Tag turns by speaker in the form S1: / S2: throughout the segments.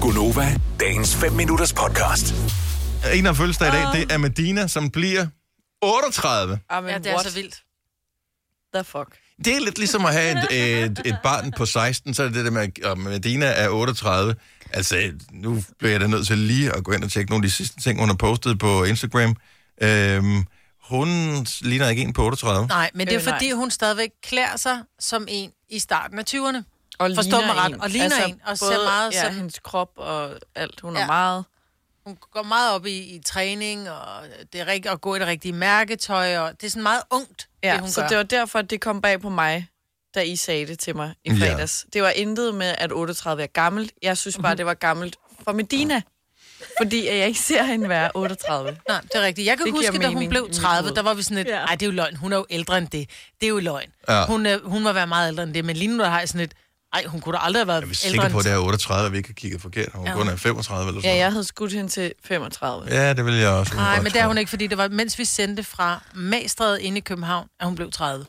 S1: Gunova, dagens 5 minutters podcast.
S2: Øh, En af fødselsdag i
S3: Ah.
S2: dag, det er Medina, som bliver 38.
S4: Amen,
S3: Ja, det er så vildt.
S4: The fuck.
S2: Det er lidt ligesom at have et, et, et barn på 16, så er det det der med, at Medina er 38. Altså, nu bliver jeg da nødt til lige at gå ind og tjekke nogle af de sidste ting, hun har postet på Instagram. Øhm, hun ligner ikke en på 38.
S3: Nej, men det er
S4: Øh, nej.
S3: fordi, hun stadigvæk klæder sig som en i starten af 20'erne.
S4: Og
S3: Forstå
S4: ligner
S3: mig ret.
S4: en. Altså,
S3: Og ligner en, og ser meget
S4: ja,
S3: sådan-
S4: hendes krop og alt. Hun er
S3: Ja.
S4: meget...
S3: Hun går meget op i, i træning, og det er rigtigt at gå i det rigtige mærketøj, og det er sådan meget ungt, ja, det hun
S4: så
S3: gør.
S4: det var derfor, at det kom bag på mig, da I sagde det til mig i
S2: Ja.
S4: fredags. Det var intet med, at 38 er gammelt. Jeg synes
S3: Mhm.
S4: bare, det var gammelt for Medina. Fordi at jeg ikke ser hende være 38.
S3: Nej, det er rigtigt. Jeg kan
S4: Det
S3: det
S4: giver
S3: huske, da hun
S4: mening i
S3: blev
S4: mit
S3: 30,
S4: hoved.
S3: der var vi sådan lidt,
S4: Ja.
S3: nej, det er jo løgn, hun er jo ældre end det. Det er jo løgn.
S2: Ja.
S3: Ja. Hun, øh, hun må være meget ældre end det, men lige nu der har jeg sådan lidt, nej, hun kunne da aldrig have været
S2: Jeg er
S3: ældre
S2: sikker
S3: end
S2: på, at det er 38, og vi ikke har kigget forkert. Hun ja. kun er 35 eller sådan
S4: Ja, jeg havde skudt hende til 35.
S2: noget. Ja, det vil jeg også.
S3: Nej,
S2: godt
S3: men det er
S2: tro.
S3: hun ikke, fordi det var, mens vi sendte fra Magstræde inde i København, at hun blev 30.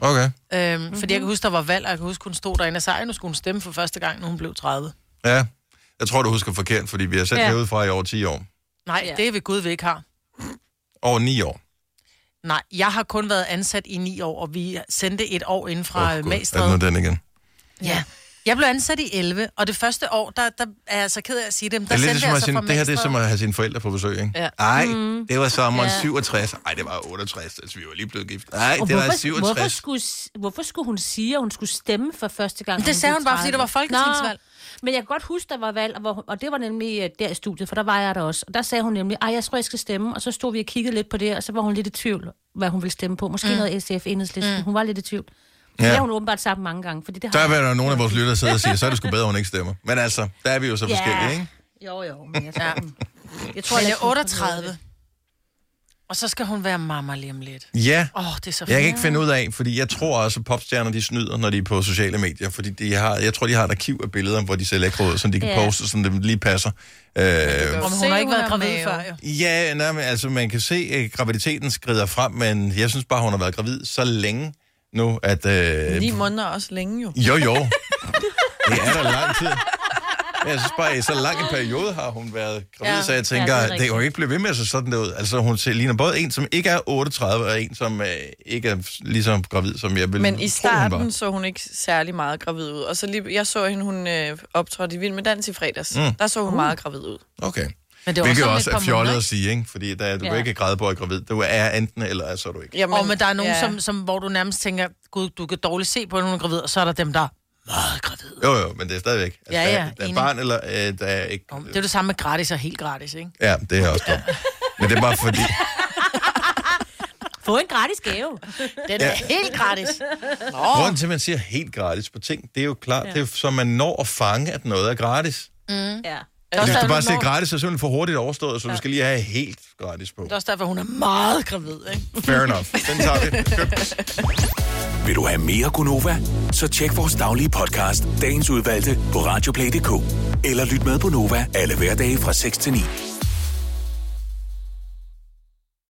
S2: Okay,
S3: Øhm, mm-hmm. Fordi jeg
S4: Mhm.
S3: kan huske, der var valg, og jeg kan huske, hun stod derinde og sagde, "Ej, nu skulle hun stemme for første gang, når hun blev 30.
S2: ja. Jeg tror, du husker forkert, fordi vi har sendt
S3: Ja.
S2: ja. fra i over 10 år.
S3: Nej,
S4: Ja.
S3: ja. det er ved Gud, vi ikke har.
S2: Over 9 år.
S3: Nej, jeg har kun været ansat i ni år, og vi sendte et år inden fra oh,
S2: Gud, Er det
S3: Magstræde.
S2: nu den igen?
S3: Ja. Jeg blev ansat i 11, og det første år, der, der er jeg så ked af at sige det, men der
S2: Det er lidt
S3: sendte
S2: ligesom
S3: jeg
S2: at
S5: altså
S3: så fra
S2: sende, det her det er
S3: Magstræde.
S2: som at have sine forældre på besøg, ikke?
S4: Ja.
S2: Ej,
S5: Mm.
S2: det var sommeren 67. Ej, det var 68, altså vi var lige blevet gift. Nej,
S5: Og
S2: det var
S5: hvorfor, hvorfor,
S2: 67.
S5: skulle, hvorfor skulle hun sige, at hun skulle stemme for første gang?
S3: Men
S5: når
S3: det sagde
S5: blev
S3: hun bare, fordi
S5: 30?
S3: der var folketingsvalg.
S5: Nå, Men jeg kan godt huske, der var valg, og, hvor, og det var nemlig øh, der i studiet, for der var jeg der også. Og der sagde hun nemlig, at jeg tror, jeg skal stemme. Og så stod vi og kiggede lidt på det, og så var hun lidt i tvivl, hvad hun ville stemme på. Måske mm. noget SF, enhedslisten. Mm. Hun var lidt i tvivl. Ja. Det har hun åbenbart sagt mange gange. Fordi det
S2: Der
S5: har
S2: er der nogle af vores lyttere, der sidder og siger, så er det sgu bedre, hun ikke stemmer. Men altså, der er vi jo så
S5: Ja.
S2: forskellige, ikke?
S5: Jo, jo. Men jeg, tror, ja. jeg tror,
S3: Men
S5: jeg
S3: jeg er 38, og så skal hun være mamma lige om lidt.
S2: Ja,
S3: Åh, oh, det er så
S2: jeg kan ikke finde ud af, fordi jeg tror også, at popstjerner de snyder, når de er på sociale medier. Fordi de har, jeg tror, de har et arkiv af billeder, hvor de ser lækre ud, som de kan
S5: Ja.
S2: poste, sådan det lige passer. Øh,
S3: Om hun
S4: Se,
S3: har ikke
S4: hun
S3: været
S4: har
S3: gravid
S4: mave.
S3: før, jo.
S2: Ja, nej, men altså man kan se, at graviditeten skrider frem, men jeg synes bare, hun har været gravid så længe nu, at... Øh,
S4: 9 måneder er også længe jo.
S2: jo, jo. Det er da lang tid. Men Jeg synes bare, i så lang en periode har hun været gravid, ja,
S3: Ja,
S2: så jeg tænker,
S5: ja, det
S2: ja,
S5: er
S2: det, det kan jo ikke blive ved med at se sådan der ud. Altså hun ser, ligner både en, som ikke er 38, og en, som øh, ikke er lige så gravid, som jeg ville
S4: Men i
S2: tro, hun var.
S4: starten så hun ikke særlig meget gravid ud. Og så lige, jeg så hende, hun øh, optrådte i Vild med Dans i fredags. Mm. Der så hun uh. meget gravid ud.
S2: Okay.
S3: Men det er
S2: Hvilket
S3: også om
S2: også
S3: et
S2: er
S3: par
S2: fjollet
S3: måneder,
S2: at sige, ikke? Fordi der, du ja.
S5: Ja.
S2: kan ikke græde på at er gravid. Du er enten eller, er, så er du ikke.
S4: Jamen,
S3: Og men der er nogen,
S4: ja.
S3: ja. som, som, hvor du nærmest tænker, gud, du kan dårligt se på, at hun er gravid, og så er der dem, der er meget gravid.
S2: Jo, jo, men det er stadigvæk. Altså,
S3: Ja,
S2: der,
S3: ja,
S2: er- der er
S3: enig.
S2: barn, eller øh, der er ikke...
S3: Det er jo det samme med gratis og helt gratis, ikke?
S2: Ja, det er også dumt. Men det er bare fordi...
S5: Få en gratis gave.
S3: Den er ja. helt gratis.
S2: Oh. Grunden til, at man siger helt gratis på ting, det er jo klart, ja. det er, så man når at fange, at noget er gratis. Altså,
S5: Ja.
S2: Hvis
S3: er også
S2: du bare
S3: derfor,
S2: siger
S3: når-
S2: gratis, så er det simpelthen for hurtigt overstået, så du skal lige have helt gratis på.
S3: Det er også derfor, hun er meget gravid, ikke?
S2: Fair enough. Den tager vi.
S1: Vil du have mere Gunova? Så tjek vores daglige podcast, dagens udvalgte, på radioplay.dk. Eller lyt med på Nova alle hverdage fra 6 til 9.